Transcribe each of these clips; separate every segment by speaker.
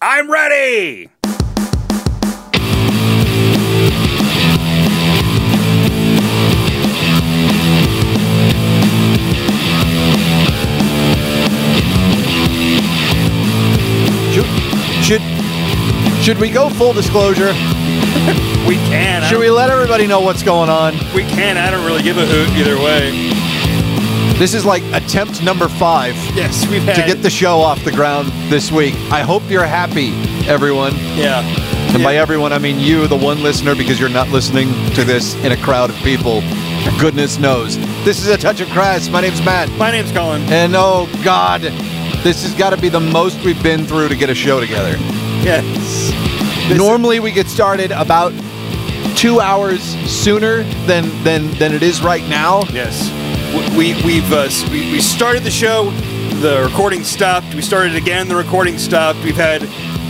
Speaker 1: I'm ready.
Speaker 2: Should, should, should we go full disclosure?
Speaker 1: We can. I
Speaker 2: Should we
Speaker 1: don't-
Speaker 2: let everybody know what's going on?
Speaker 1: We can. I don't really give a hoot either way.
Speaker 2: This is like attempt number five
Speaker 1: Yes, we've had.
Speaker 2: to get the show off the ground this week. I hope you're happy, everyone.
Speaker 1: yeah.
Speaker 2: And by
Speaker 1: Yeah.
Speaker 2: everyone, I mean you, the one listener, because you're not listening to this in a crowd of people. Goodness knows. This is A Touch of Crass. My name's Matt.
Speaker 1: My name's Colin.
Speaker 2: And oh, God, this has got to be the most we've been through to get a show together.
Speaker 1: Yes. This-
Speaker 2: Normally, we get started about two hours sooner than than than it is right now.
Speaker 1: Yes. W- We we've uh, s- we, we started the show. The recording stopped. We started again. The recording stopped. We've had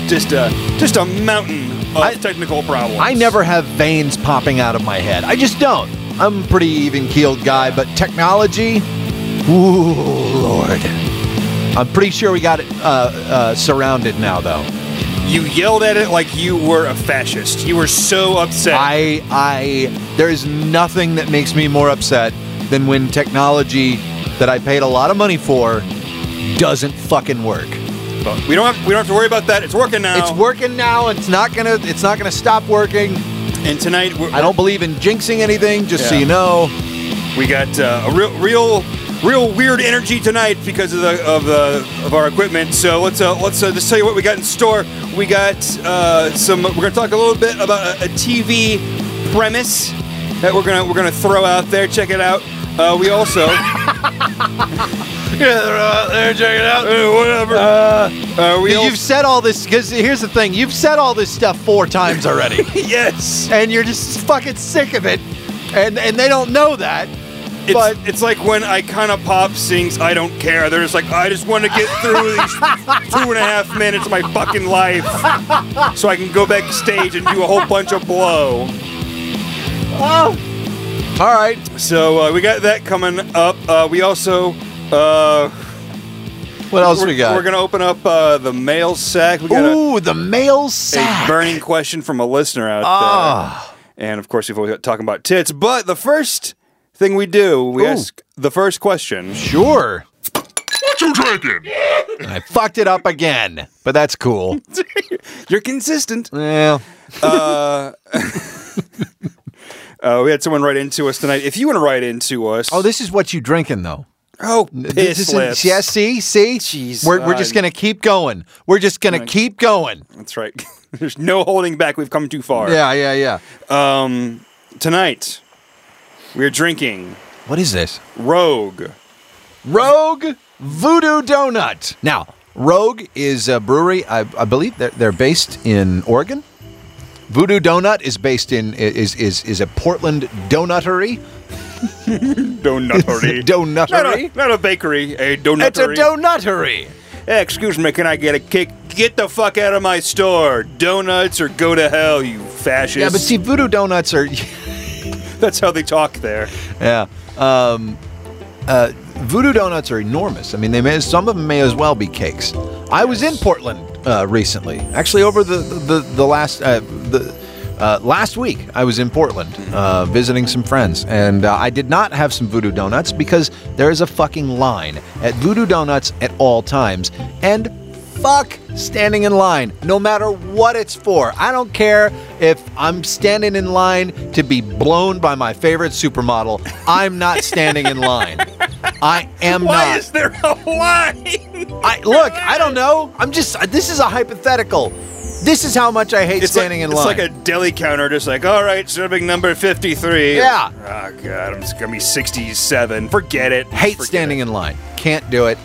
Speaker 1: just a just a mountain of
Speaker 2: I-
Speaker 1: technical problems.
Speaker 2: I never have veins popping out of my head. I just don't. I'm a pretty even keeled guy, but technology, ooh, Lord. I'm pretty sure we got it uh, uh, surrounded now, though.
Speaker 1: You yelled at it like you were a fascist. You were so upset.
Speaker 2: I, I, there is nothing that makes me more upset than when technology that I paid a lot of money for doesn't fucking work.
Speaker 1: we don't have we don't have to worry about that. It's working now.
Speaker 2: It's working now. It's not gonna. It's not gonna stop working.
Speaker 1: and tonight we're,
Speaker 2: I don't believe in jinxing anything. Just so
Speaker 1: Yeah.
Speaker 2: you know.
Speaker 1: We got uh, a real, real, real weird energy tonight because of the of the of our equipment. So let's uh, let's uh, just tell you what we got in store. We got uh, some. We're gonna talk a little bit about a, a TV premise that we're gonna we're gonna throw out there. Check it out. Uh, we also. yeah, they're out there. Check it out. Uh, whatever. Uh, we
Speaker 2: Yeah,
Speaker 1: also,
Speaker 2: You've said all this because here's the thing: you've said all this stuff four times already,
Speaker 1: yes.
Speaker 2: and you're just fucking sick of it, and and they don't know that.
Speaker 1: It's,
Speaker 2: but
Speaker 1: it's like when Icona Pop sings "I Don't Care." They're just like, I just want to get through these two and a half minutes of my fucking life, so I can go backstage and do a whole bunch of blow.
Speaker 2: oh, all right,
Speaker 1: So uh, we got that coming up. Uh, we also. Uh,
Speaker 2: what else
Speaker 1: we're,
Speaker 2: we got?
Speaker 1: we're gonna open up uh, the mail sack. We got a-
Speaker 2: Ooh, the mail
Speaker 1: a,
Speaker 2: sack.
Speaker 1: burning question from a listener out
Speaker 2: Ah.
Speaker 1: there, and of course we've always got talking about tits. But the first thing we do, we
Speaker 2: Ooh.
Speaker 1: ask the first question.
Speaker 2: Sure,
Speaker 3: What you drinking?
Speaker 2: I fucked it up again, but that's cool.
Speaker 1: You're consistent.
Speaker 2: Well,
Speaker 1: Uh, we had someone write into us tonight. If you want to write into us,
Speaker 2: oh, this is what you drinking though.
Speaker 1: oh
Speaker 2: This
Speaker 1: piss
Speaker 2: is
Speaker 1: lips.
Speaker 2: yeah. See, see,
Speaker 1: Jeez,
Speaker 2: we're we're just
Speaker 1: uh,
Speaker 2: gonna keep going. We're just gonna keep going.
Speaker 1: that's right. There's no holding back. We've come too far.
Speaker 2: Yeah, yeah, yeah.
Speaker 1: Tonight, we're drinking
Speaker 2: What is this?
Speaker 1: Rogue.
Speaker 2: Rogue Voodoo Donut. Now, Rogue is a brewery. I, I believe they're, they're based in Oregon. Voodoo Donut is based in is is is a Portland donutery.
Speaker 1: Donutery. Not a,
Speaker 2: donutery.
Speaker 1: not a bakery. A donutery.
Speaker 2: It's a donutery.
Speaker 1: Hey, excuse me. Can I get a kick? Get the fuck out of my store. Donuts or go to hell, you fascist.
Speaker 2: Yeah, but see, Voodoo Donuts are
Speaker 1: that's how they talk there.
Speaker 2: yeah. Um, uh, Voodoo Donuts are enormous. I mean, they may some of them may as well be cakes. I was in Portland uh, recently, actually over the the, the last uh, the. Uh, last week, I was in Portland uh, visiting some friends, and uh, I did not have some Voodoo Donuts because there is a fucking line at Voodoo Donuts at all times, and fuck standing in line, no matter what it's for. I don't care if I'm standing in line to be blown by my favorite supermodel. I'm not standing in line. I am
Speaker 1: Why
Speaker 2: not.
Speaker 1: is there a line?
Speaker 2: I look. I don't know. I'm just. uh, This is a hypothetical. This is how much I hate standing
Speaker 1: like,
Speaker 2: in
Speaker 1: It's
Speaker 2: line.
Speaker 1: like a deli counter, just like, all right, serving number 53.
Speaker 2: Yeah.
Speaker 1: Oh, God, I'm just going to be 67. Forget it.
Speaker 2: hate standing in line. Can't do it.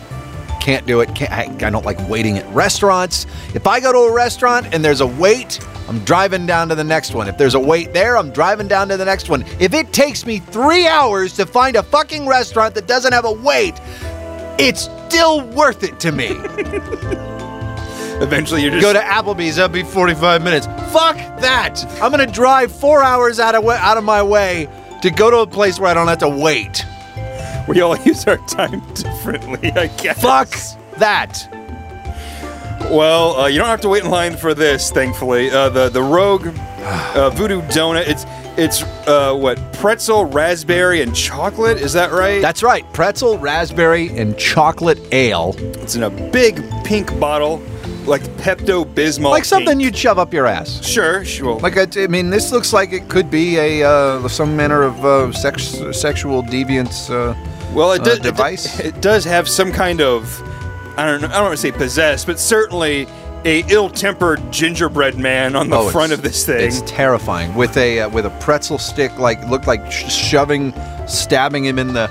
Speaker 2: Can't do it. Can't, I, I don't like waiting at restaurants. If I go to a restaurant and there's a wait, I'm driving down to the next one. If there's a wait there, I'm driving down to the next one. If it takes me three hours to find a fucking restaurant that doesn't have a wait, it's still worth it to me.
Speaker 1: Eventually, you're just.
Speaker 2: go to Applebee's. That'll be 45 minutes. Fuck that. I'm gonna drive four hours out of wa- out of my way to go to a place where I don't have to wait.
Speaker 1: we all use our time differently, I guess.
Speaker 2: Fuck that.
Speaker 1: Well, uh, you don't have to wait in line for this, thankfully. Uh, the the Rogue uh, Voodoo Donut. It's it's uh, what pretzel, raspberry, and chocolate. Is that right?
Speaker 2: That's right. Pretzel, raspberry, and chocolate ale.
Speaker 1: it's in a big pink bottle, like Pepto Bismol.
Speaker 2: Like something you'd shove up your ass.
Speaker 1: Sure, sure.
Speaker 2: Oh, Like I, I mean, this looks like it could be a uh, some manner of uh, sex, sexual deviance. Uh,
Speaker 1: well, it
Speaker 2: uh,
Speaker 1: does it do-
Speaker 2: device?
Speaker 1: It, does have some kind of I don't know. I don't want to say possessed, but certainly a ill-tempered gingerbread man on the
Speaker 2: Oh,
Speaker 1: front
Speaker 2: it's-
Speaker 1: of this thing.
Speaker 2: It's terrifying. With a uh, with a pretzel stick, like looked like sh- shoving, stabbing him in the.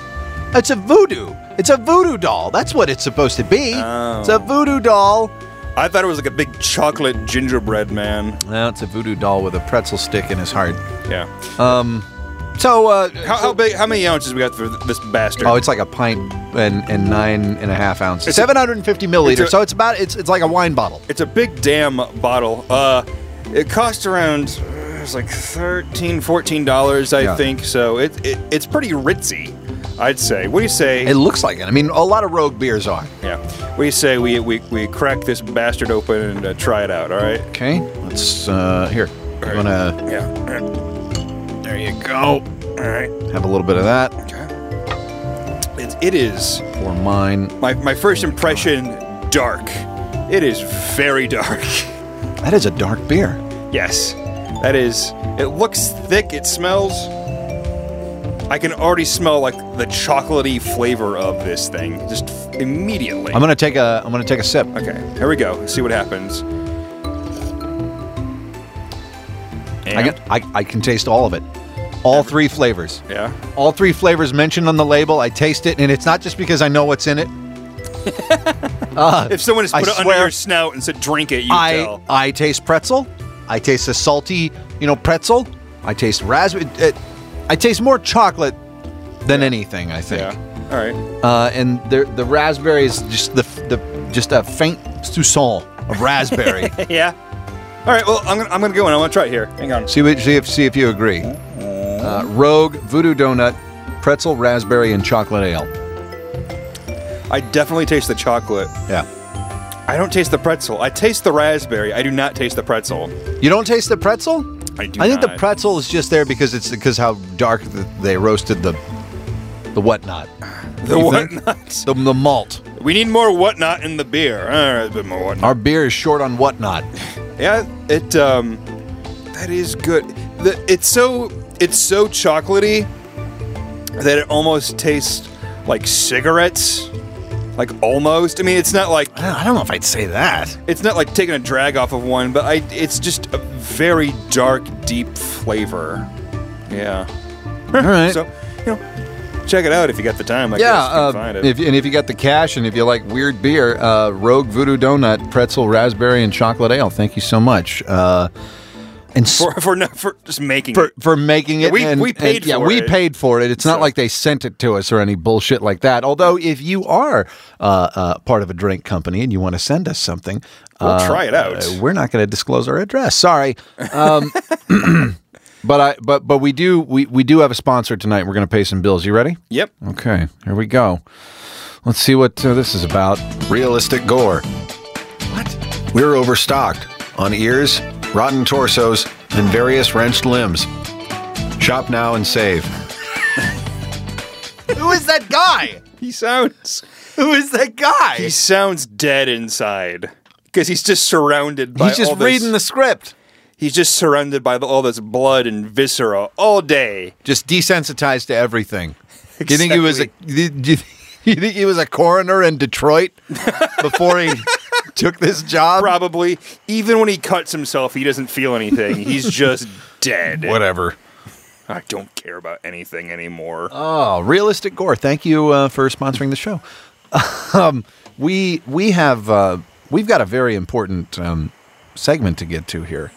Speaker 2: It's a voodoo. It's a voodoo doll. That's what it's supposed to be. It's
Speaker 1: Oh.
Speaker 2: a voodoo doll.
Speaker 1: I thought it was like a big chocolate gingerbread man.
Speaker 2: No, it's a voodoo doll with a pretzel stick in his heart.
Speaker 1: Yeah.
Speaker 2: So, uh,
Speaker 1: How, how big? How many ounces we got for this bastard?
Speaker 2: oh, it's like a pint and, and nine and a half ounces,
Speaker 1: It's a-
Speaker 2: seven hundred and fifty milliliters.
Speaker 1: it's a-
Speaker 2: so it's about it's it's like a wine bottle.
Speaker 1: It's a big damn bottle. Uh, it cost around uh, it's like 13 dollars, I
Speaker 2: Yeah.
Speaker 1: think. So it, it it's pretty ritzy, I'd say. What do you say?
Speaker 2: It looks like it. I mean, a lot of rogue beers are.
Speaker 1: yeah. What do you say? We we, we crack this bastard open and uh, try it out. All right.
Speaker 2: Okay, let's uh, here. I'm gonna
Speaker 1: Yeah. Oh.
Speaker 2: there you go.
Speaker 1: All right.
Speaker 2: Have a little bit of that.
Speaker 1: Okay. It, it is
Speaker 2: Pour mine.
Speaker 1: my my first impression. Dark. It is very dark.
Speaker 2: That is a dark beer.
Speaker 1: Yes, that is. It looks thick. It smells. I can already smell like the chocolatey flavor of this thing just f- immediately.
Speaker 2: I'm gonna take a I'm gonna take a sip.
Speaker 1: okay, here we go. See what happens.
Speaker 2: I can I, I can taste all of it, all three flavors,
Speaker 1: yeah.
Speaker 2: all three flavors mentioned on the label. I taste it, and it's not just because I know what's in it.
Speaker 1: If someone has
Speaker 2: I
Speaker 1: put it under
Speaker 2: swear-
Speaker 1: your snout and said drink it, you
Speaker 2: I
Speaker 1: tell.
Speaker 2: I taste pretzel. I taste a salty, you know, pretzel. I taste raspberry. It, I taste more chocolate than anything. I think.
Speaker 1: Yeah. All right.
Speaker 2: Uh, and the the raspberry is just the the just a faint soupçon of raspberry.
Speaker 1: Yeah. All right. Well, I'm gonna I'm gonna go and I want to try it here. Hang on.
Speaker 2: See what see if see if you agree. Uh, Rogue Voodoo Donut, pretzel raspberry and chocolate ale.
Speaker 1: I definitely taste the chocolate.
Speaker 2: Yeah.
Speaker 1: I don't taste the pretzel. I taste the raspberry. I do not taste the pretzel.
Speaker 2: You don't taste the pretzel?
Speaker 1: I do
Speaker 2: I think the
Speaker 1: not.
Speaker 2: pretzel is just there because it's because how dark th they roasted the the whatnot,
Speaker 1: The
Speaker 2: You think?
Speaker 1: whatnot.
Speaker 2: the, the malt.
Speaker 1: We need more whatnot in the beer. Uh, a bit more whatnot.
Speaker 2: Our beer is short on whatnot.
Speaker 1: Yeah, it um, that is good. The, it's so it's so chocolatey that it almost tastes like cigarettes. Like almost. I mean, it's not like
Speaker 2: I don't know if I'd say that.
Speaker 1: it's not like taking a drag off of one, but I it's just a very dark, deep flavor. Yeah.
Speaker 2: All right.
Speaker 1: So you know, check it out if you got the time. I
Speaker 2: yeah,
Speaker 1: guess you can
Speaker 2: uh,
Speaker 1: find it.
Speaker 2: if, and if you got the cash and if you like weird beer, uh, Rogue Voodoo Donut, pretzel, raspberry, and chocolate ale. Thank you so much. Uh, and s-
Speaker 1: for for, no, for just making
Speaker 2: for
Speaker 1: it.
Speaker 2: for making it.
Speaker 1: we-
Speaker 2: and-
Speaker 1: we paid
Speaker 2: and- yeah,
Speaker 1: for
Speaker 2: we
Speaker 1: it.
Speaker 2: paid for it. It's not
Speaker 1: So-
Speaker 2: like they sent it to us or any bullshit like that. Although, if you are uh, uh, part of a drink company and you want to send us something,
Speaker 1: We'll
Speaker 2: uh,
Speaker 1: try it out.
Speaker 2: uh, we're not going to disclose our address. Sorry. Um, But I but but we do we, we do have a sponsor tonight. We're going to pay some bills. You ready?
Speaker 1: Yep.
Speaker 2: Okay, here we go. Let's see what uh, this is about.
Speaker 4: Realistic Gore.
Speaker 2: What?
Speaker 4: We're overstocked on ears, rotten torsos, and various wrenched limbs. Shop now and save.
Speaker 2: Who is that guy?
Speaker 1: He sounds.
Speaker 2: Who is that guy?
Speaker 1: He
Speaker 2: He's,
Speaker 1: sounds dead inside because he's just surrounded by. all
Speaker 2: just
Speaker 1: this-
Speaker 2: reading the script.
Speaker 1: He's just surrounded by the, all this blood and viscera all day.
Speaker 2: Just desensitized to everything. Do you think he was a
Speaker 1: Exactly.
Speaker 2: do you, do you think he was a coroner in Detroit before he took this job?
Speaker 1: Probably, even when he cuts himself, he doesn't feel anything. He's just dead.
Speaker 2: Whatever.
Speaker 1: I don't care about anything anymore.
Speaker 2: Oh, realistic gore. Thank you uh, for sponsoring the show. um, we we have uh, we've got a very important um, segment to get to here.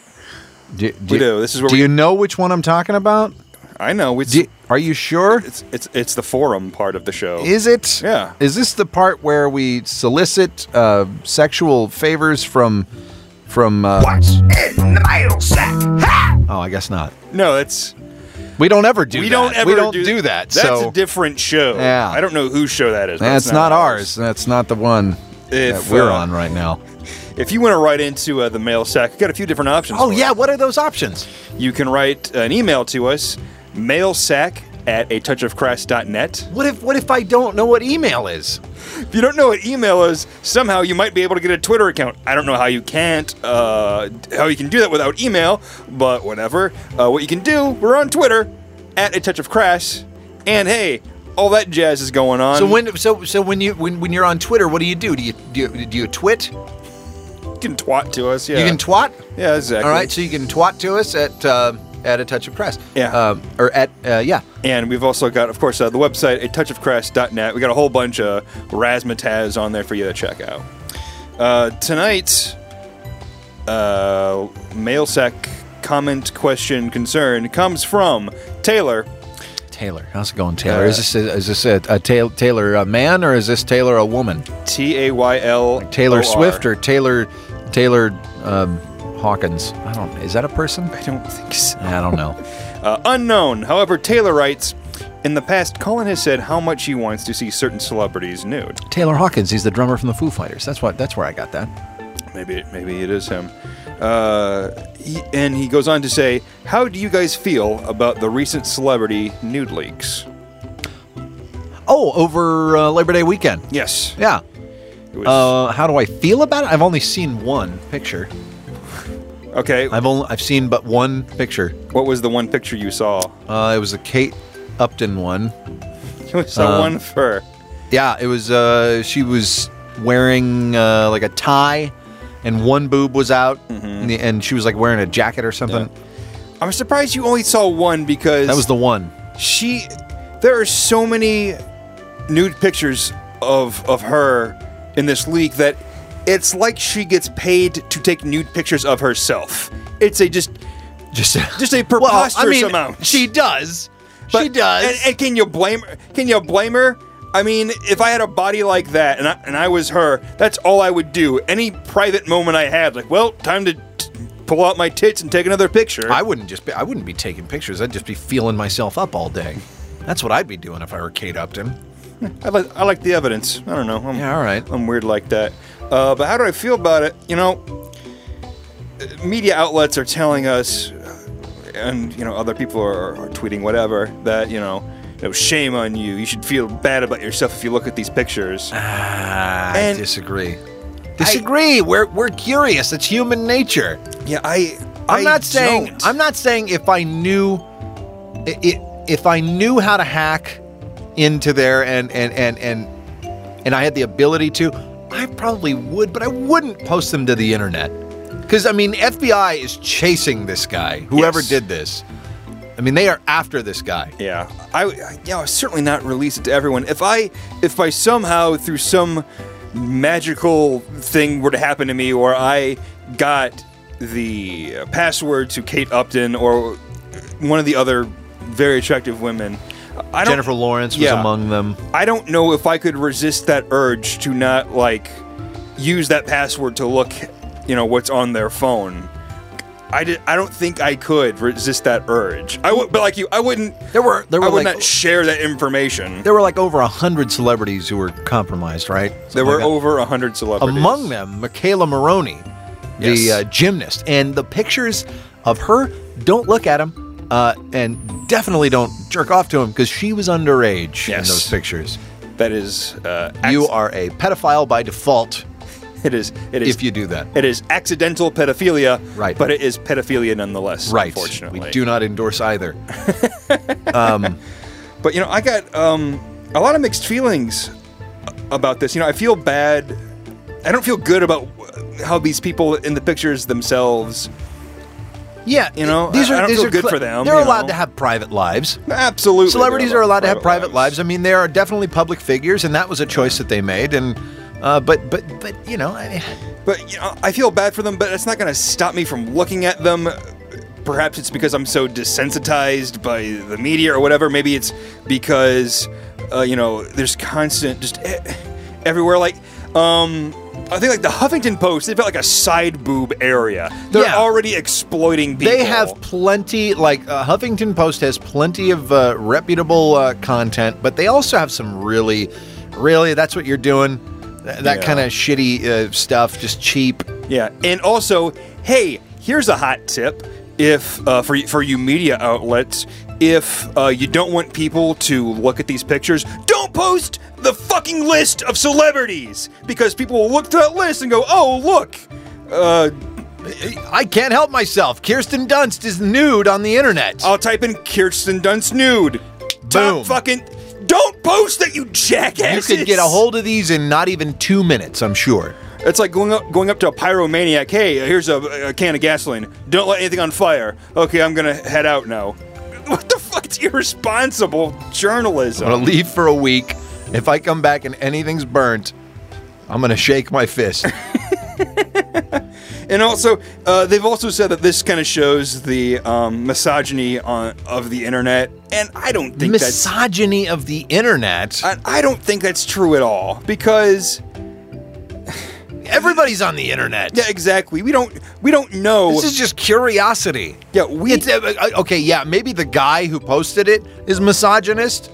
Speaker 2: Do, do
Speaker 1: We do. This is where
Speaker 2: do
Speaker 1: we-
Speaker 2: you know which one I'm talking about?
Speaker 1: I know. It's,
Speaker 2: Do you- are you sure?
Speaker 1: it's it's it's the forum part of the show.
Speaker 2: Is it?
Speaker 1: Yeah.
Speaker 2: Is this the part where we solicit uh, sexual favors from from? Uh,
Speaker 5: What's in the mail sack? Ha!
Speaker 2: Oh, I guess not.
Speaker 1: no, it's
Speaker 2: We don't ever do.
Speaker 1: we
Speaker 2: that.
Speaker 1: don't ever
Speaker 2: we don't
Speaker 1: do,
Speaker 2: do, that.
Speaker 1: That's
Speaker 2: so
Speaker 1: a different show.
Speaker 2: Yeah.
Speaker 1: I don't know whose show that is. but
Speaker 2: that's
Speaker 1: it's
Speaker 2: not ours. That's not the one.
Speaker 1: If
Speaker 2: that we're
Speaker 1: uh,
Speaker 2: on right now.
Speaker 1: if you want to write into uh, the mail sack, you got a few different options.
Speaker 2: Oh
Speaker 1: for it.
Speaker 2: yeah, what are those options?
Speaker 1: you can write an email to us, mailsack at a touch of net.
Speaker 2: What if what if I don't know what email is?
Speaker 1: If you don't know what email is, somehow you might be able to get a Twitter account. I don't know how you can't, uh, how you can do that without email, but whatever. Uh, what you can do, we're on Twitter at a touch of crash, and hey, all that jazz is going on.
Speaker 2: So when so so when you when, when you're on Twitter, what do you do? Do you do you, do you twit?
Speaker 1: you can twat to us, yeah,
Speaker 2: You can twat.
Speaker 1: yeah, exactly.
Speaker 2: All right, so you can twat to us at uh, at a touch of crest.
Speaker 1: Yeah.
Speaker 2: Um, or at uh, yeah.
Speaker 1: And we've also got, of course, uh, the website, a touch of net. We got a whole bunch of razzmatazz on there for you to check out. Uh, tonight, uh, mail sack comment, question, concern comes from Taylor.
Speaker 2: Taylor, how's it going, Taylor? is this a, is this a, a ta- Taylor a man or is this Taylor a woman?
Speaker 1: T A Y L.
Speaker 2: Taylor Swift or Taylor Taylor um, Hawkins? I don't. Is that a person?
Speaker 1: I don't think so.
Speaker 2: I don't know.
Speaker 1: Uh, unknown. However, Taylor writes In the past, Colin has said how much he wants to see certain celebrities nude.
Speaker 2: Taylor Hawkins. He's the drummer from the Foo Fighters. That's what. That's where I got that.
Speaker 1: Maybe it, maybe it is him. Uh, he, and he goes on to say, "How do you guys feel about the recent celebrity nude leaks?"
Speaker 2: Oh, over uh, Labor Day weekend.
Speaker 1: Yes,
Speaker 2: Yeah.
Speaker 1: it was,
Speaker 2: Uh, how do I feel about it? I've only seen one picture.
Speaker 1: okay.
Speaker 2: I've only I've seen but one picture.
Speaker 1: what was the one picture you saw?
Speaker 2: Uh, it was the Kate Upton one.
Speaker 1: You saw
Speaker 2: Uh,
Speaker 1: one for
Speaker 2: Yeah, it was. Uh, she was wearing uh, like a tie, and one boob was out,
Speaker 1: Mm-hmm.
Speaker 2: and, the- and she was like wearing a jacket or something.
Speaker 1: I'm surprised you only saw one because
Speaker 2: That was the one.
Speaker 1: she. There are so many nude pictures of of her in this leak that it's like she gets paid to take nude pictures of herself. It's a just
Speaker 2: Just,
Speaker 1: just a
Speaker 2: well,
Speaker 1: preposterous
Speaker 2: I mean,
Speaker 1: amount.
Speaker 2: she does. she
Speaker 1: But-
Speaker 2: does.
Speaker 1: And, and can you blame her? Can you blame her? I mean, if I had a body like that and I, and I was her, that's all I would do. Any private moment I had, like, well, time to t- pull out my tits and take another picture.
Speaker 2: I wouldn't just be. I wouldn't be taking pictures. I'd just be feeling myself up all day. That's what I'd be doing if I were Kate Upton.
Speaker 1: I, li- I like the evidence. I don't know. I'm,
Speaker 2: Yeah, all right.
Speaker 1: I'm weird like that. Uh, but how do I feel about it? You know, uh, media outlets are telling us, uh, and you know, other people are, are tweeting whatever that you know, you know, shame on you. You should feel bad about yourself if you look at these pictures.
Speaker 2: I
Speaker 1: And-
Speaker 2: disagree. Disagree. we're we're curious. It's human nature.
Speaker 1: Yeah, I.
Speaker 2: I'm
Speaker 1: I
Speaker 2: not saying
Speaker 1: don't.
Speaker 2: I'm not saying if I knew i- i- if I knew how to hack into there and and and and and I had the ability to, I probably would, but I wouldn't post them to the internet. Cuz I mean, FBI is chasing this guy, whoever
Speaker 1: Yes.
Speaker 2: did this. I mean, they are after this guy.
Speaker 1: Yeah, I, I yeah, I'll certainly not release it to everyone. If I if I somehow through some magical thing were to happen to me, or I got the uh, password to Kate Upton or one of the other very attractive women, I don't,
Speaker 2: Jennifer Lawrence was
Speaker 1: Yeah.
Speaker 2: among them.
Speaker 1: I don't know if I could resist that urge to not like use that password to look, you know, what's on their phone. I, did, I don't think I could resist that urge. I would, but like you, I wouldn't.
Speaker 2: There were- there
Speaker 1: I
Speaker 2: were,
Speaker 1: would
Speaker 2: like-
Speaker 1: not share that information. There,
Speaker 2: There were like over a hundred celebrities who were compromised, right? Something
Speaker 1: were
Speaker 2: like that.
Speaker 1: over a hundred celebrities.
Speaker 2: Among them, Michaela Maroney, the
Speaker 1: Yes.
Speaker 2: uh, gymnast, and the pictures of her. Don't look at them, uh, and definitely don't jerk off to him because she was underage in
Speaker 1: Yes.
Speaker 2: those pictures.
Speaker 1: that is, uh,
Speaker 2: You
Speaker 1: acc-
Speaker 2: are a pedophile by default
Speaker 1: It is. It is.
Speaker 2: if you do that.
Speaker 1: It is accidental pedophilia.
Speaker 2: Right.
Speaker 1: But it is pedophilia nonetheless.
Speaker 2: Right.
Speaker 1: Unfortunately,
Speaker 2: We do not endorse either.
Speaker 1: But you know, I got um, a lot of mixed feelings about this. You know, I feel bad. I don't feel good about how these people in the pictures themselves.
Speaker 2: Yeah,
Speaker 1: You know,
Speaker 2: these
Speaker 1: I-
Speaker 2: are
Speaker 1: I don't
Speaker 2: these
Speaker 1: feel
Speaker 2: are
Speaker 1: good
Speaker 2: cl-
Speaker 1: for them,
Speaker 2: They're
Speaker 1: you
Speaker 2: allowed
Speaker 1: know.
Speaker 2: to have private lives.
Speaker 1: Absolutely,
Speaker 2: Celebrities
Speaker 1: they're
Speaker 2: are allowed to have private lives. I mean, they are definitely public figures, and that was a choice that they made. And uh, but but but you know, I,
Speaker 1: But you know, I feel bad for them. But it's not going to stop me from looking at them. Perhaps it's because I'm so desensitized by the media or whatever. Maybe it's because uh, you know there's constant just e- everywhere. Like um, I think like the Huffington Post, they've got like a side boob area. They're
Speaker 2: Yeah.
Speaker 1: already exploiting people.
Speaker 2: They have plenty, like uh, Huffington Post has plenty of uh, reputable uh, content, but they also have some really, really, that's what you're doing. Th- That
Speaker 1: Yeah.
Speaker 2: kind of shitty uh, stuff, just cheap.
Speaker 1: Yeah, and also, hey, here's a hot tip: if uh, for for you media outlets, if uh, you don't want people to look at these pictures, don't post the fucking list of celebrities because people will look to that list and go, "Oh, look." Uh,
Speaker 2: I can't help myself. Kirsten Dunst is nude on the internet.
Speaker 1: I'll type in Kirsten Dunst nude.
Speaker 2: Boom.
Speaker 1: Top fucking. Don't post that, you
Speaker 2: you
Speaker 1: jackass.
Speaker 2: could get a hold of these in not even two minutes, I'm sure.
Speaker 1: It's like going up, going up to a pyromaniac. Hey, here's a, a can of gasoline. Don't let anything on fire. Okay, I'm gonna head out now. What the fuck? It's irresponsible journalism.
Speaker 2: I'm gonna leave for a week. If I come back and anything's burnt, I'm gonna shake my fist.
Speaker 1: And also, uh, they've also said that this kind of shows the um, misogyny on, of the internet, and I don't think that's
Speaker 2: Misogyny of the internet.
Speaker 1: I, I don't think that's true at all because
Speaker 2: Everybody's on the internet.
Speaker 1: yeah, exactly. We don't we don't know.
Speaker 2: This is just curiosity.
Speaker 1: yeah, we
Speaker 2: It's uh, uh, okay. Yeah, maybe the guy who posted it is misogynist.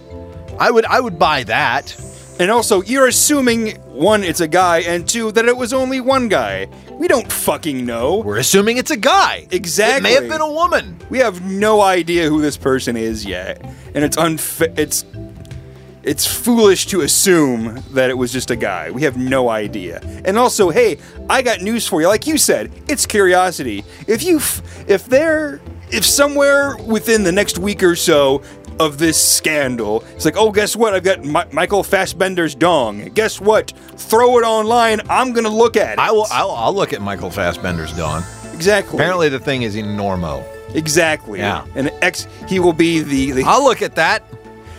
Speaker 2: I would I would buy that.
Speaker 1: And also, you're assuming one, it's a guy, and two, that it was only one guy. We don't fucking know.
Speaker 2: We're assuming it's a guy. It may
Speaker 1: Exactly.
Speaker 2: have been a woman.
Speaker 1: We have no idea who this person is yet, and it's unfa- It's it's foolish to assume that it was just a guy. We have no idea. And also, hey, I got news for you. Like you said, it's curiosity. If you, f- if there, if somewhere within the next week or so of this scandal, it's like, oh, guess what? I've got Mi- Michael Fassbender's dong. Guess what? Throw it online. I'm gonna look at it.
Speaker 2: I will. I'll, I'll look at Michael Fassbender's Dawn.
Speaker 1: exactly.
Speaker 2: Apparently, the thing is enormo.
Speaker 1: Exactly.
Speaker 2: Yeah.
Speaker 1: And ex, he will be the the.
Speaker 2: I'll look at that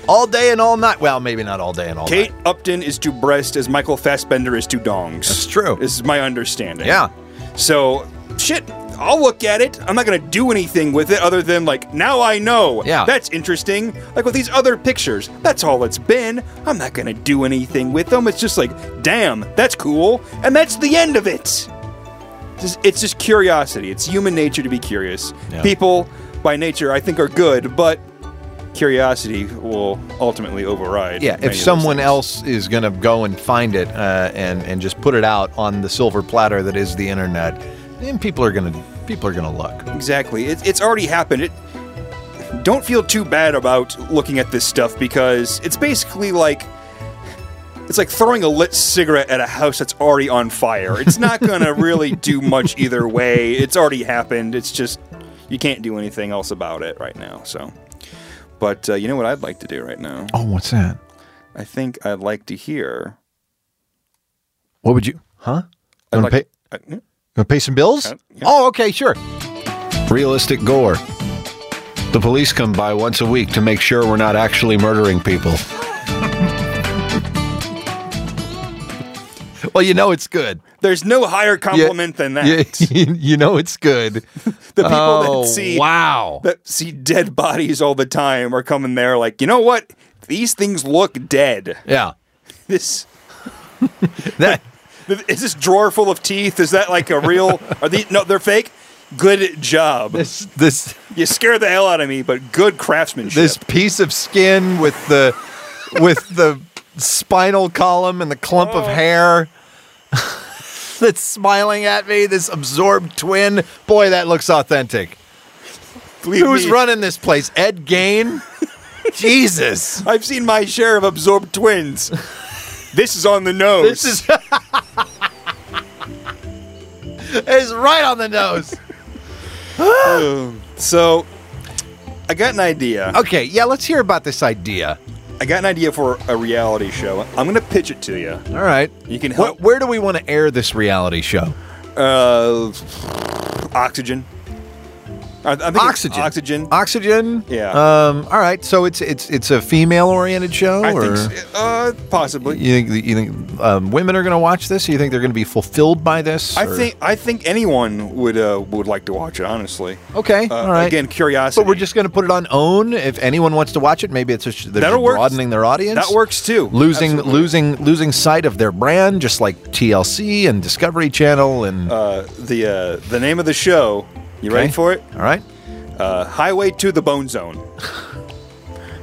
Speaker 2: all day and all night. Well, maybe not all day and all
Speaker 1: Kate
Speaker 2: night.
Speaker 1: Upton is to breast as Michael Fassbender is to dongs.
Speaker 2: That's true.
Speaker 1: This is my understanding.
Speaker 2: Yeah.
Speaker 1: So, shit, I'll look at it. I'm not going to do anything with it other than, like, now I know.
Speaker 2: Yeah.
Speaker 1: That's interesting. Like with these other pictures, that's all it's been. I'm not going to do anything with them. It's just like, damn, that's cool. And that's the end of it. Just- It's just curiosity. It's human nature to be curious.
Speaker 2: Yeah.
Speaker 1: People, by nature, I think are good, but curiosity will ultimately override.
Speaker 2: Yeah.
Speaker 1: many of
Speaker 2: If
Speaker 1: those
Speaker 2: someone
Speaker 1: things.
Speaker 2: else is gonna go and find it uh, and and just put it out on the silver platter that is the internet, then people are gonna people are gonna look.
Speaker 1: Exactly. It, it's already happened. It, don't feel too bad about looking at this stuff because it's basically like it's like throwing a lit cigarette at a house that's already on fire. It's not gonna really do much either way. It's already happened. It's just you can't do anything else about it right now. So, but uh, you know what I'd like to do right now?
Speaker 2: Oh, what's that?
Speaker 1: I think I'd like to hear.
Speaker 2: What would you? Huh?
Speaker 1: I'd
Speaker 2: Wanna
Speaker 1: like- uh,
Speaker 2: pay-
Speaker 1: I- yeah.
Speaker 2: Gonna pay some bills?
Speaker 1: Uh, yeah.
Speaker 2: Oh, okay, sure.
Speaker 4: Realistic gore. The police come by once a week to make sure we're not actually murdering people.
Speaker 2: Well, you know it's good.
Speaker 1: There's no higher
Speaker 2: You-
Speaker 1: compliment than that.
Speaker 2: You, you know it's good.
Speaker 1: The people
Speaker 2: oh,
Speaker 1: that see
Speaker 2: wow.
Speaker 1: that see dead bodies all the time are coming there like, you know what? These things look dead.
Speaker 2: Yeah.
Speaker 1: This
Speaker 2: That
Speaker 1: is this drawer full of teeth? Is that like a real are these no, they're fake? Good job.
Speaker 2: this this
Speaker 1: You scared the hell out of me, but good craftsmanship.
Speaker 2: this piece of skin with the with the spinal column and the clump
Speaker 1: Oh.
Speaker 2: of hair that's smiling at me, this absorbed twin. Boy, that looks authentic.
Speaker 1: Believe
Speaker 2: Who's
Speaker 1: me,
Speaker 2: running this place? Ed Gain? Jesus.
Speaker 1: I've seen my share of absorbed twins. This is on the nose.
Speaker 2: This is It's right on the nose.
Speaker 1: so I got an idea.
Speaker 2: Okay, yeah, let's hear about this idea.
Speaker 1: I got an idea for a reality show. I'm gonna pitch it to you.
Speaker 2: All right.
Speaker 1: You can
Speaker 2: Where,
Speaker 1: help
Speaker 2: where do we want to air this reality show?
Speaker 1: Uh, oxygen. I, I think it's
Speaker 2: Oxygen.
Speaker 1: Oxygen.
Speaker 2: Oxygen.
Speaker 1: Yeah.
Speaker 2: Um. All right. So it's it's it's a female oriented show.
Speaker 1: I
Speaker 2: or
Speaker 1: think so. Uh, possibly.
Speaker 2: You think you think um, women are going to watch this? Or you think they're going to be fulfilled by this?
Speaker 1: I
Speaker 2: or-
Speaker 1: think I think anyone would uh, would like to watch it. Honestly.
Speaker 2: Okay.
Speaker 1: Uh,
Speaker 2: all right.
Speaker 1: Again, curiosity.
Speaker 2: but we're just going to put it on own. If anyone wants to watch it, maybe it's just they're
Speaker 1: That'll
Speaker 2: just
Speaker 1: work.
Speaker 2: broadening their audience.
Speaker 1: that works too.
Speaker 2: Losing
Speaker 1: Absolutely.
Speaker 2: losing losing sight of their brand, just like TLC and Discovery Channel and.
Speaker 1: Uh, the uh, the name of the show. You ready
Speaker 2: Okay.
Speaker 1: for it?
Speaker 2: all right.
Speaker 1: Uh, Highway to the Bone Zone.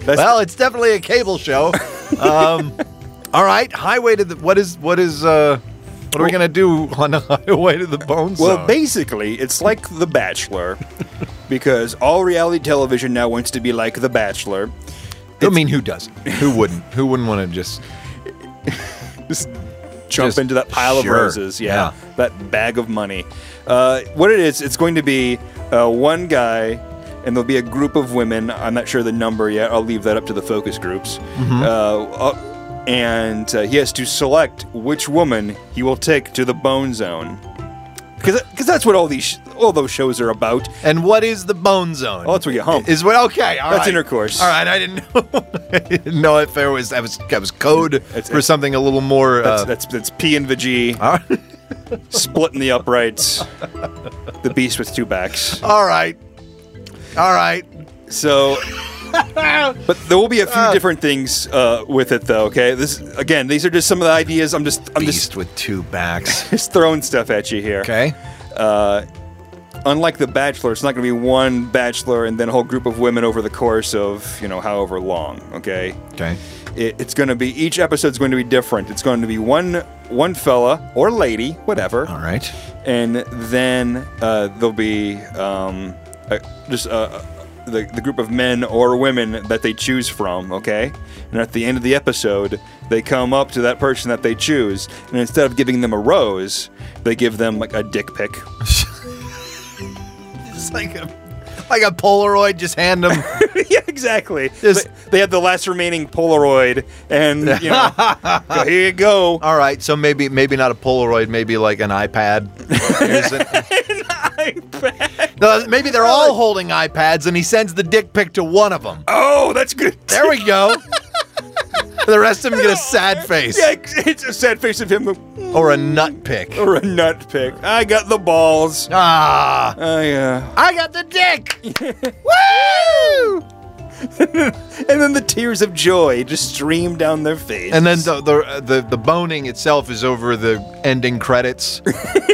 Speaker 1: That's
Speaker 2: Well, it's definitely a cable show. um, All right, highway to the what is what is uh what are we gonna do on the highway to the bone
Speaker 1: Well,
Speaker 2: zone?
Speaker 1: basically, it's like The Bachelor, because all reality television now wants to be like The Bachelor.
Speaker 2: I mean, who doesn't? Who wouldn't? Who wouldn't want to just?
Speaker 1: Just jump
Speaker 2: Just-
Speaker 1: into that pile
Speaker 2: sure,
Speaker 1: of roses, yeah,
Speaker 2: yeah.
Speaker 1: that bag of money. Uh, what it is, it's going to be uh, one guy. And there'll be a group of women. I'm not sure the number yet. I'll leave that up to the focus groups.
Speaker 2: Mm-hmm.
Speaker 1: Uh, uh, and uh, he has to select which woman he will take to the bone zone, because that's what all these sh- all those shows are about.
Speaker 2: And what is the bone zone?
Speaker 1: Oh, that's where you hump.
Speaker 2: Is what okay? all
Speaker 1: That's
Speaker 2: right.
Speaker 1: intercourse.
Speaker 2: All right, I didn't know. I didn't know if there was that was that was code
Speaker 1: It's-
Speaker 2: for something a little more.
Speaker 1: That's,
Speaker 2: uh,
Speaker 1: that's that's P and the G
Speaker 2: all right.
Speaker 1: splitting the uprights. the beast with two backs.
Speaker 2: All right. All right.
Speaker 1: So, but there will be a few different things uh, with it, though. Okay, this again, these are just some of the ideas. I'm just I'm just,
Speaker 2: Beast with two backs.
Speaker 1: just throwing stuff at you here.
Speaker 2: Okay.
Speaker 1: Unlike The Bachelor, it's not going to be one bachelor and then a whole group of women over the course of you know however long. Okay,
Speaker 2: Okay.
Speaker 1: it, it's going to be each episode's going to be different. It's going to be one one fella or lady, whatever.
Speaker 2: All right.
Speaker 1: and then uh, there'll be um, uh, just uh, the, the group of men or women that they choose from, okay? And at the end of the episode, they come up to that person that they choose, and instead of giving them a rose, they give them like a dick pic.
Speaker 2: It's like a like a Polaroid. Just hand them.
Speaker 1: yeah, exactly.
Speaker 2: Just-
Speaker 1: they, they have the last remaining Polaroid, and you know, go, here you go.
Speaker 2: All right. So maybe maybe not a Polaroid. Maybe like an iPad. Here's an- No, maybe they're all holding iPads, and he sends the dick pic to one of them.
Speaker 1: Oh, that's good.
Speaker 2: There we go. the rest of them get a sad face
Speaker 1: Yeah, it's a sad face of him
Speaker 2: or a nut pic.
Speaker 1: or a nut pic. I got the balls.
Speaker 2: Ah,
Speaker 1: Oh yeah.
Speaker 2: I got the dick.
Speaker 1: Woo! and then the tears of joy just stream down their face.
Speaker 2: And then the the, the the boning itself is over the ending credits,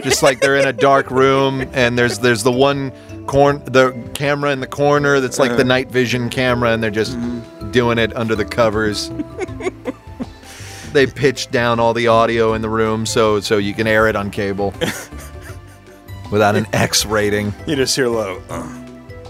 Speaker 2: just like they're in a dark room, and there's there's the one corn the camera in the corner that's like
Speaker 1: Uh-huh.
Speaker 2: the night vision camera, and they're just
Speaker 1: Mm-hmm.
Speaker 2: doing it under the covers. they pitch down all the audio in the room so so you can air it on cable without an X rating.
Speaker 1: you just hear low. Uh, uh.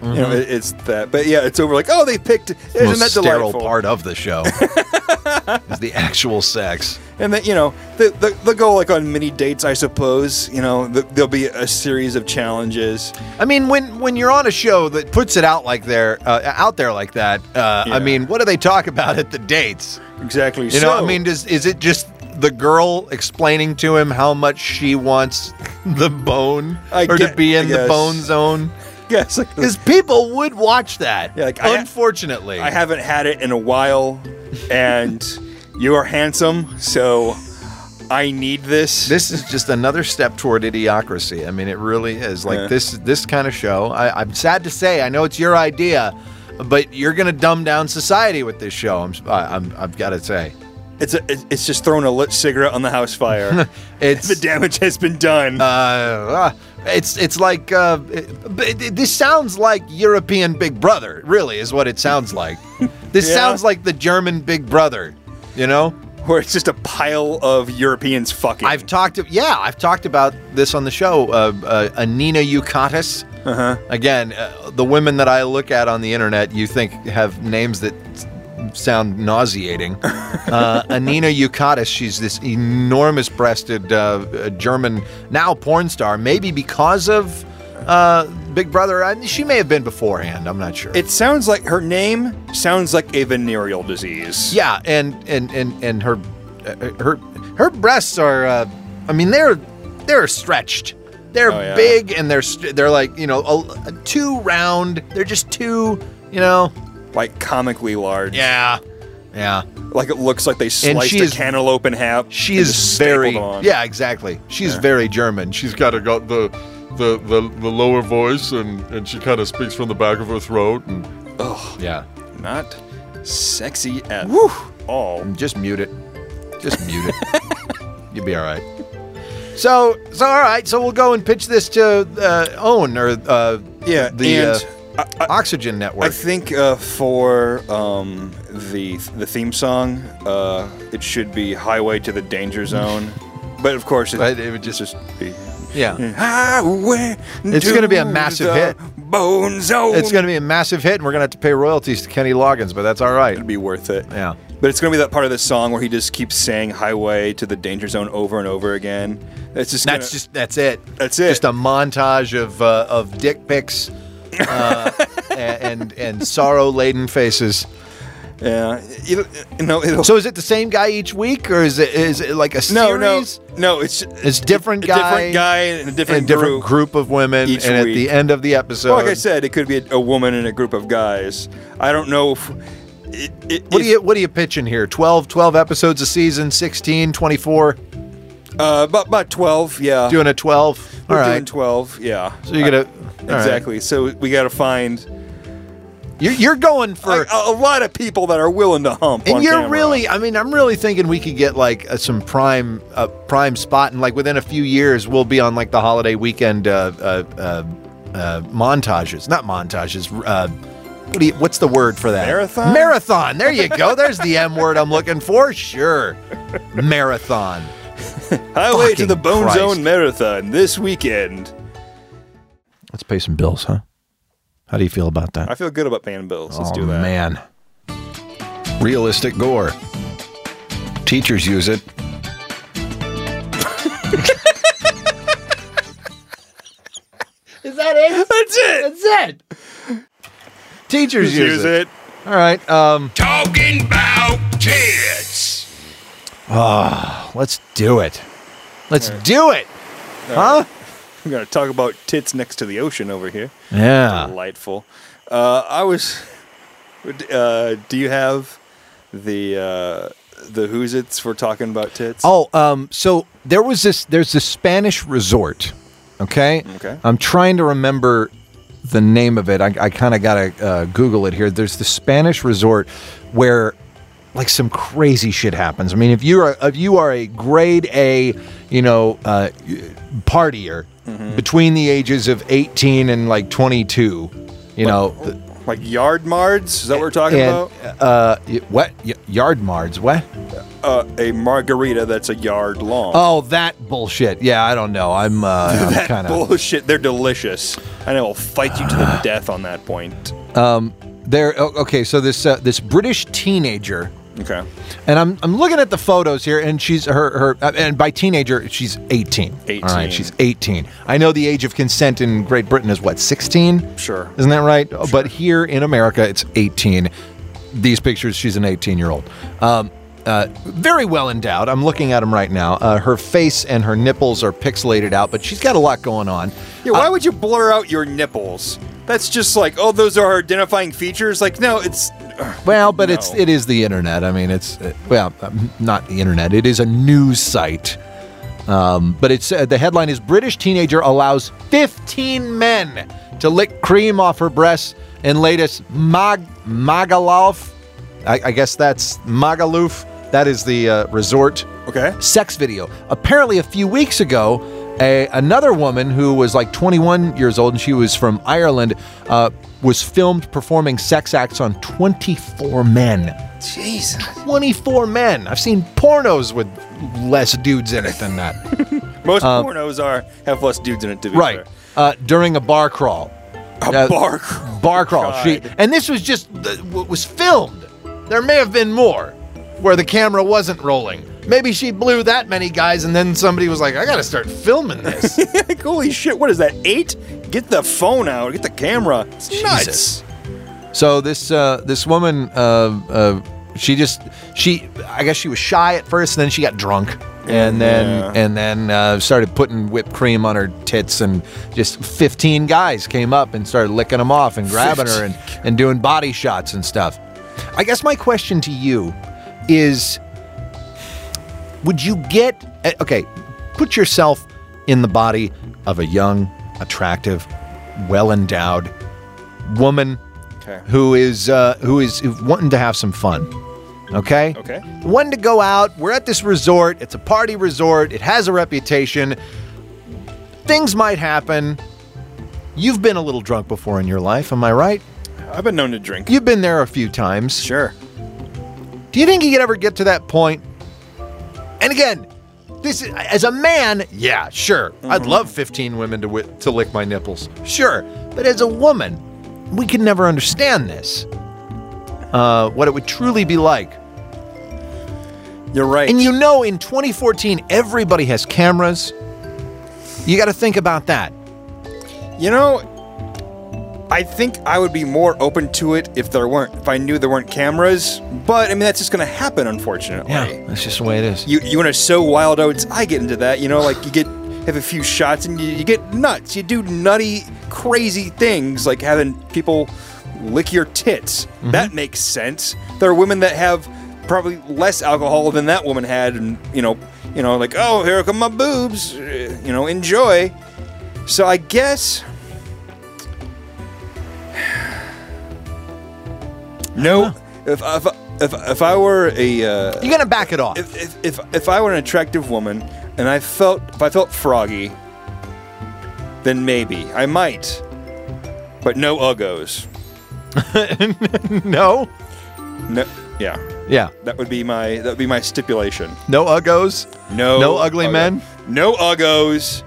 Speaker 1: You know, it, it's that. But yeah, it's over like, oh, they picked. Isn't
Speaker 2: Mm-hmm. Most
Speaker 1: that
Speaker 2: sterile
Speaker 1: delightful?
Speaker 2: part of the show is the actual sex.
Speaker 1: And that you know, they, they, they'll go like on mini dates, I suppose. You know, th- there'll be a series of challenges.
Speaker 2: I mean, when when you're on a show that puts it out like there, uh, out there like that, uh,
Speaker 1: Yeah.
Speaker 2: I mean, what do they talk about at the dates?
Speaker 1: Exactly.
Speaker 2: You know, I mean, does is it just the girl explaining to him how much she wants the bone
Speaker 1: I
Speaker 2: or
Speaker 1: gue-
Speaker 2: to be
Speaker 1: I
Speaker 2: in the
Speaker 1: guess.
Speaker 2: bone zone?
Speaker 1: yes, like,
Speaker 2: Because people would watch that.
Speaker 1: Yeah, like, I-
Speaker 2: unfortunately,
Speaker 1: I haven't had it in a while, and you are handsome, so I need this.
Speaker 2: this is just another step toward idiocracy. I mean, it really is. Like
Speaker 1: Yeah.
Speaker 2: this this kind of show. I, I'm sad to say, I know it's your idea, but you're gonna dumb down society with this show. I'm s- I, am i I've got to say.
Speaker 1: It's a, it- it's just throwing a lit cigarette on the house fire.
Speaker 2: It's
Speaker 1: the damage has been done.
Speaker 2: uh, it's it's like uh, it- but it- this sounds like European Big Brother. Really, is what it sounds like. This
Speaker 1: Yeah.
Speaker 2: sounds like the German Big Brother. You know,
Speaker 1: where it's just a pile of Europeans fucking.
Speaker 2: I've talked. Yeah, I've talked about this on the show. Uh, uh, Anina Yukatis.
Speaker 1: Uh-huh.
Speaker 2: Again, uh, the women that I look at on the internet, you think have names that s- sound nauseating. Uh, Anina Yukatis, she's this enormous-breasted uh, uh, German now porn star, maybe because of uh, Big Brother. I, she may have been beforehand. I'm not sure.
Speaker 1: It sounds like her name sounds like a venereal disease.
Speaker 2: yeah, and and and and her uh, her her breasts are. Uh, I mean, they're they're stretched. They're
Speaker 1: Oh, yeah.
Speaker 2: big and they're st- they're like you know a, a two round. They're just two. You know.
Speaker 1: Like comically large.
Speaker 2: Yeah. Yeah.
Speaker 1: Like it looks like they sliced
Speaker 2: she
Speaker 1: a
Speaker 2: is-
Speaker 1: cantaloupe in half.
Speaker 2: She
Speaker 1: and
Speaker 2: is
Speaker 1: just stapled
Speaker 2: very
Speaker 1: it on.
Speaker 2: Yeah, exactly. She's very German. She's
Speaker 6: She's kind of got the the, the the lower voice, and and she kind of speaks from the back of her throat. And
Speaker 2: yeah.
Speaker 1: Not sexy at all.
Speaker 2: Just mute it. Just mute it. You'll be all right. So, so all right. So we'll go and pitch this to uh, Own or uh,
Speaker 1: Yeah,
Speaker 2: the
Speaker 1: and
Speaker 2: uh, Oxygen Network.
Speaker 1: I think uh, for um, the the theme song. Uh, it should be "Highway to the Danger Zone," but of course, it,
Speaker 2: Right, it would
Speaker 1: just be
Speaker 2: Yeah.
Speaker 1: "Highway."
Speaker 2: It's
Speaker 1: to
Speaker 2: gonna be a massive
Speaker 1: the
Speaker 2: hit.
Speaker 1: Bone Zone.
Speaker 2: It's going to be a massive hit, and we're going to have to pay royalties to Kenny Loggins, but that's all right.
Speaker 1: be worth it.
Speaker 2: Yeah.
Speaker 1: But it's gonna be that part of the song where he just keeps saying "Highway to the Danger Zone" over and over again. That's just
Speaker 2: That's
Speaker 1: gonna-
Speaker 2: just that's it.
Speaker 1: That's it.
Speaker 2: Just a montage of uh, of dick pics, uh, a- and and sorrow laden faces.
Speaker 1: yeah. You you know, it'll,
Speaker 2: So is it the same guy each week, or is it is it like a series?
Speaker 1: no, no, no. It's
Speaker 2: It's different
Speaker 1: a
Speaker 2: guy,
Speaker 1: different guy, and a different,
Speaker 2: and a different
Speaker 1: group.
Speaker 2: group of women,
Speaker 1: each
Speaker 2: and at
Speaker 1: week.
Speaker 2: the end of the episode,
Speaker 1: Well, like I said, it could be a, a woman and a group of guys. I don't know if. It, it,
Speaker 2: what are
Speaker 1: if-
Speaker 2: you what are you pitching here? 12, 12 episodes a season, 16, 24,
Speaker 1: Uh, about, about 12, yeah.
Speaker 2: doing a twelve.
Speaker 1: We're
Speaker 2: all
Speaker 1: doing
Speaker 2: right,
Speaker 1: 12, yeah.
Speaker 2: so you're gonna all right.
Speaker 1: Exactly. So we got to find
Speaker 2: You're, you're going
Speaker 1: a,
Speaker 2: for.
Speaker 1: a lot of people that are willing to hump.
Speaker 2: and
Speaker 1: on
Speaker 2: you're
Speaker 1: camera.
Speaker 2: really, I mean, I'm really thinking we could get like uh, some prime, uh, prime spot, and like within a few years, we'll be on like the holiday weekend uh, uh, uh, uh, montages, not montages. Uh, what do you, what's the word for that?
Speaker 1: Marathon?
Speaker 2: Marathon. There you go. There's the M word I'm looking for. Sure, marathon.
Speaker 1: highway to the
Speaker 2: fucking
Speaker 1: Bone
Speaker 2: Christ.
Speaker 1: Zone Marathon this weekend.
Speaker 2: Let's pay some bills, huh? How do you feel about that?
Speaker 1: I feel good about paying bills. Let's
Speaker 2: oh
Speaker 1: do that.
Speaker 2: man,
Speaker 7: Realistic gore. Teachers use it.
Speaker 1: That's it.
Speaker 2: teachers use,
Speaker 1: Use
Speaker 2: it.
Speaker 1: it.
Speaker 2: All right, um,
Speaker 8: Talking about kids.
Speaker 2: Ah, let's do it. Let's do it, huh?
Speaker 1: We're gonna talk about tits next to the ocean over here.
Speaker 2: Yeah.
Speaker 1: Delightful. Uh, I was. Uh, do you have the uh, the who's its for talking about tits?
Speaker 2: Oh, um, so there was this. There's this Spanish resort. Okay.
Speaker 1: Okay.
Speaker 2: I'm trying to remember the name of it. I, I kind of gotta uh, Google it here. There's this Spanish resort where like some crazy shit happens. I mean, if you are if you are a grade A, you know, uh, partier
Speaker 1: Mm-hmm.
Speaker 2: between the ages of 18 and like 22, you know. th-
Speaker 1: like yard mards? Is that what we're talking
Speaker 2: and
Speaker 1: about?
Speaker 2: uh, y- what Y- yard mards? What?
Speaker 1: Uh, a margarita that's a yard long.
Speaker 2: Oh, that bullshit. Yeah, I don't know. I'm, uh, I'm
Speaker 1: that
Speaker 2: kind of
Speaker 1: bullshit. They're delicious, and I will fight you to the death on that point.
Speaker 2: There. o- Okay, so this uh, this British teenager,
Speaker 1: Okay.
Speaker 2: and I'm I'm looking at the photos here, and she's her her, uh, and by teenager she's 18. All right,
Speaker 1: 18.
Speaker 2: she's 18. I know the age of consent in Great Britain is what 16.
Speaker 1: Sure.
Speaker 2: Isn't that right? But here in America, it's 18. These pictures, she's an 18 year old. Um, uh, very well endowed. I'm looking at them right now. Uh, her face and her nipples are pixelated out, but she's got a lot going on.
Speaker 1: Yeah, why would you blur out your nipples? That's just like, oh, those are our identifying features. Like, no, it's
Speaker 2: Well, but it's
Speaker 1: No.
Speaker 2: it is the internet. I mean, it's uh, well, um, not the internet. It is a news site. Um, but it's uh, the headline is British teenager allows 15 men to lick cream off her breasts in latest Mag Magaluf. I, I guess that's Magaluf. That is the uh, resort
Speaker 1: okay.
Speaker 2: sex video. Apparently, a few weeks ago, a, another woman who was like 21 years old and she was from Ireland uh, was filmed performing sex acts on 24 men.
Speaker 1: Jesus.
Speaker 2: 24 men. I've seen pornos with less dudes in it than that.
Speaker 1: Most pornos are have less dudes in it to be
Speaker 2: right.
Speaker 1: fair.
Speaker 2: Uh, during a bar crawl.
Speaker 1: A
Speaker 2: Uh,
Speaker 1: bar crawl.
Speaker 2: Bar crawl. She,
Speaker 1: God.
Speaker 2: and this was just the, what was filmed. There may have been more where the camera wasn't rolling. Maybe she blew that many guys, and then somebody was like, I gotta start filming this.
Speaker 1: Like, holy shit, what is that? Eight? Get the phone out. Get the camera. It's
Speaker 2: Jesus.
Speaker 1: nuts.
Speaker 2: So this uh, this woman, uh, uh, she just she I guess she was shy at first, and then she got drunk, and then
Speaker 1: Yeah.
Speaker 2: and then uh, started putting whipped cream on her tits, and just fifteen guys came up and started licking them off and grabbing her and and doing body shots and stuff. I guess my question to you is, would you get eh, okay? Put yourself in the body of a young, attractive, well endowed woman
Speaker 1: Okay.
Speaker 2: who is uh, who is wanting to have some fun. Okay.
Speaker 1: Okay.
Speaker 2: Wanting to go out. We're at this resort. It's a party resort. It has a reputation. Things might happen. You've been a little drunk before in your life, am I right?
Speaker 1: I've been known to drink.
Speaker 2: You've been there a few times.
Speaker 1: Sure.
Speaker 2: Do you think he could ever get to that point? And again, this is, as a man, yeah, sure. I'd
Speaker 1: Mm-hmm.
Speaker 2: love 15 women to wi- to lick my nipples. Sure. But as a woman, we can never understand this. Uh, what it would truly be like.
Speaker 1: You're right.
Speaker 2: And you know in 2014 everybody has cameras. You got to think about that.
Speaker 1: You know, I think I would be more open to it if there weren't, if I knew there weren't cameras. But I mean, that's just going to happen, unfortunately.
Speaker 2: that's just the way it is.
Speaker 1: You you want to sow wild oats? I get into that. You know, like you get have a few shots and you, you get nuts. You do nutty, crazy things like having people lick your tits. That makes sense. There are women that have probably less alcohol than that woman had, and you know, you know, like oh, here come my boobs. eh, You know, enjoy. So I guess. No, if, if, if, if I were a uh,
Speaker 2: You're going to back it off.
Speaker 1: if, if, if, if I were an attractive woman and I felt if I felt froggy, then maybe I might. But no uggos.
Speaker 2: no.
Speaker 1: No, yeah,
Speaker 2: Yeah.
Speaker 1: that would be my that would be my stipulation.
Speaker 2: No uggos.
Speaker 1: No,
Speaker 2: No ugly
Speaker 1: uggo-
Speaker 2: men?
Speaker 1: No uggos.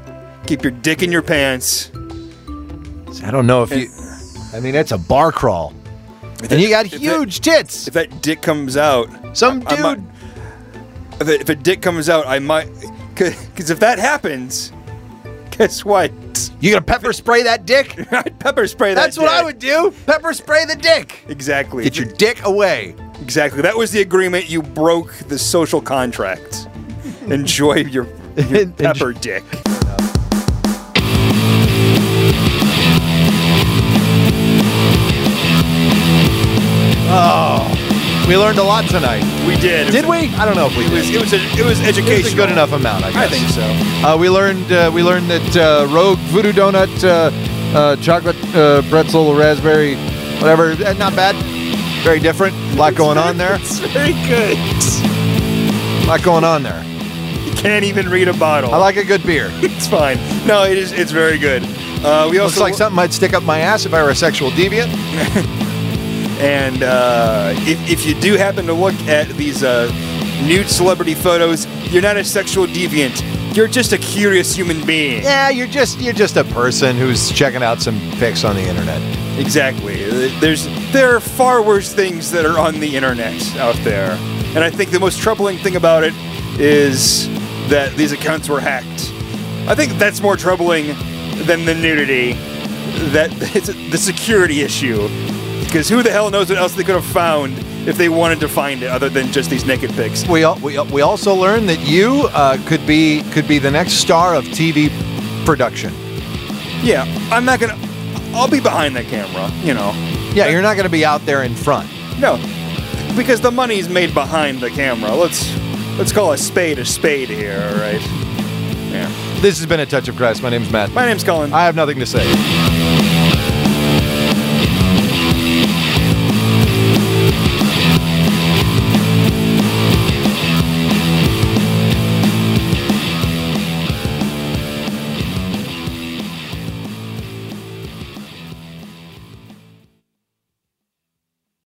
Speaker 1: Keep your dick in your pants.
Speaker 2: I don't know if you I mean that's a bar crawl.
Speaker 1: If
Speaker 2: And
Speaker 1: that-
Speaker 2: you got
Speaker 1: if that-
Speaker 2: huge tits.
Speaker 1: If that dick comes out,
Speaker 2: Some
Speaker 1: I- I
Speaker 2: dude
Speaker 1: might- if, a, if a dick comes out, I might. Because if that happens, guess what?
Speaker 2: You gonna pepper spray that dick?
Speaker 1: I'd pepper spray that.
Speaker 2: That's what I
Speaker 1: dick.
Speaker 2: would do. Pepper spray the dick.
Speaker 1: Exactly.
Speaker 2: Get your dick away.
Speaker 1: Exactly. That was the agreement. You broke the social contract. Enjoy your, your
Speaker 2: En-
Speaker 1: pepper dick.
Speaker 2: We learned a lot tonight.
Speaker 1: We did.
Speaker 2: Did we? I don't know if we
Speaker 1: It was
Speaker 2: did.
Speaker 1: it was, a, it was
Speaker 2: It
Speaker 1: education.
Speaker 2: was a good enough amount, I
Speaker 1: I
Speaker 2: guess.
Speaker 1: think so.
Speaker 2: Uh, we learned uh, we learned that uh, Rogue Voodoo Donut, uh, uh, chocolate uh, pretzel, raspberry, whatever. eh, Not bad. Very different. A lot going on there.
Speaker 1: It's very good.
Speaker 2: A lot going on there.
Speaker 1: You can't even read a bottle.
Speaker 2: I like a good beer.
Speaker 1: It's fine. No, it is. It's very good. Uh, we
Speaker 2: Looks
Speaker 1: also
Speaker 2: like something I'd stick up my ass if I were a sexual deviant.
Speaker 1: And uh, if, if you do happen to look at these uh, nude celebrity photos, you're not a sexual deviant. You're just a curious human being.
Speaker 2: Yeah, you're just you're just a person who's checking out some pics on the internet.
Speaker 1: Exactly. There's there are far worse things that are on the internet out there, and I think the most troubling thing about it is that these accounts were hacked. I think that's more troubling than the nudity. That it's the security issue, because who the hell knows what else they could have found if they wanted to find it other than just these naked pics.
Speaker 2: We al- we, al- we also learned that you uh, could be could be the next star of TV production.
Speaker 1: Yeah, I'm not gonna. I'll be behind that camera, you know.
Speaker 2: Yeah, you're not going to be out there in front.
Speaker 1: No, because the money's made behind the camera. Let's let's call a spade a spade here, all right? Yeah.
Speaker 2: This has been a touch of Christ. My name's Matt.
Speaker 1: My name's Colin.
Speaker 2: I have nothing to say.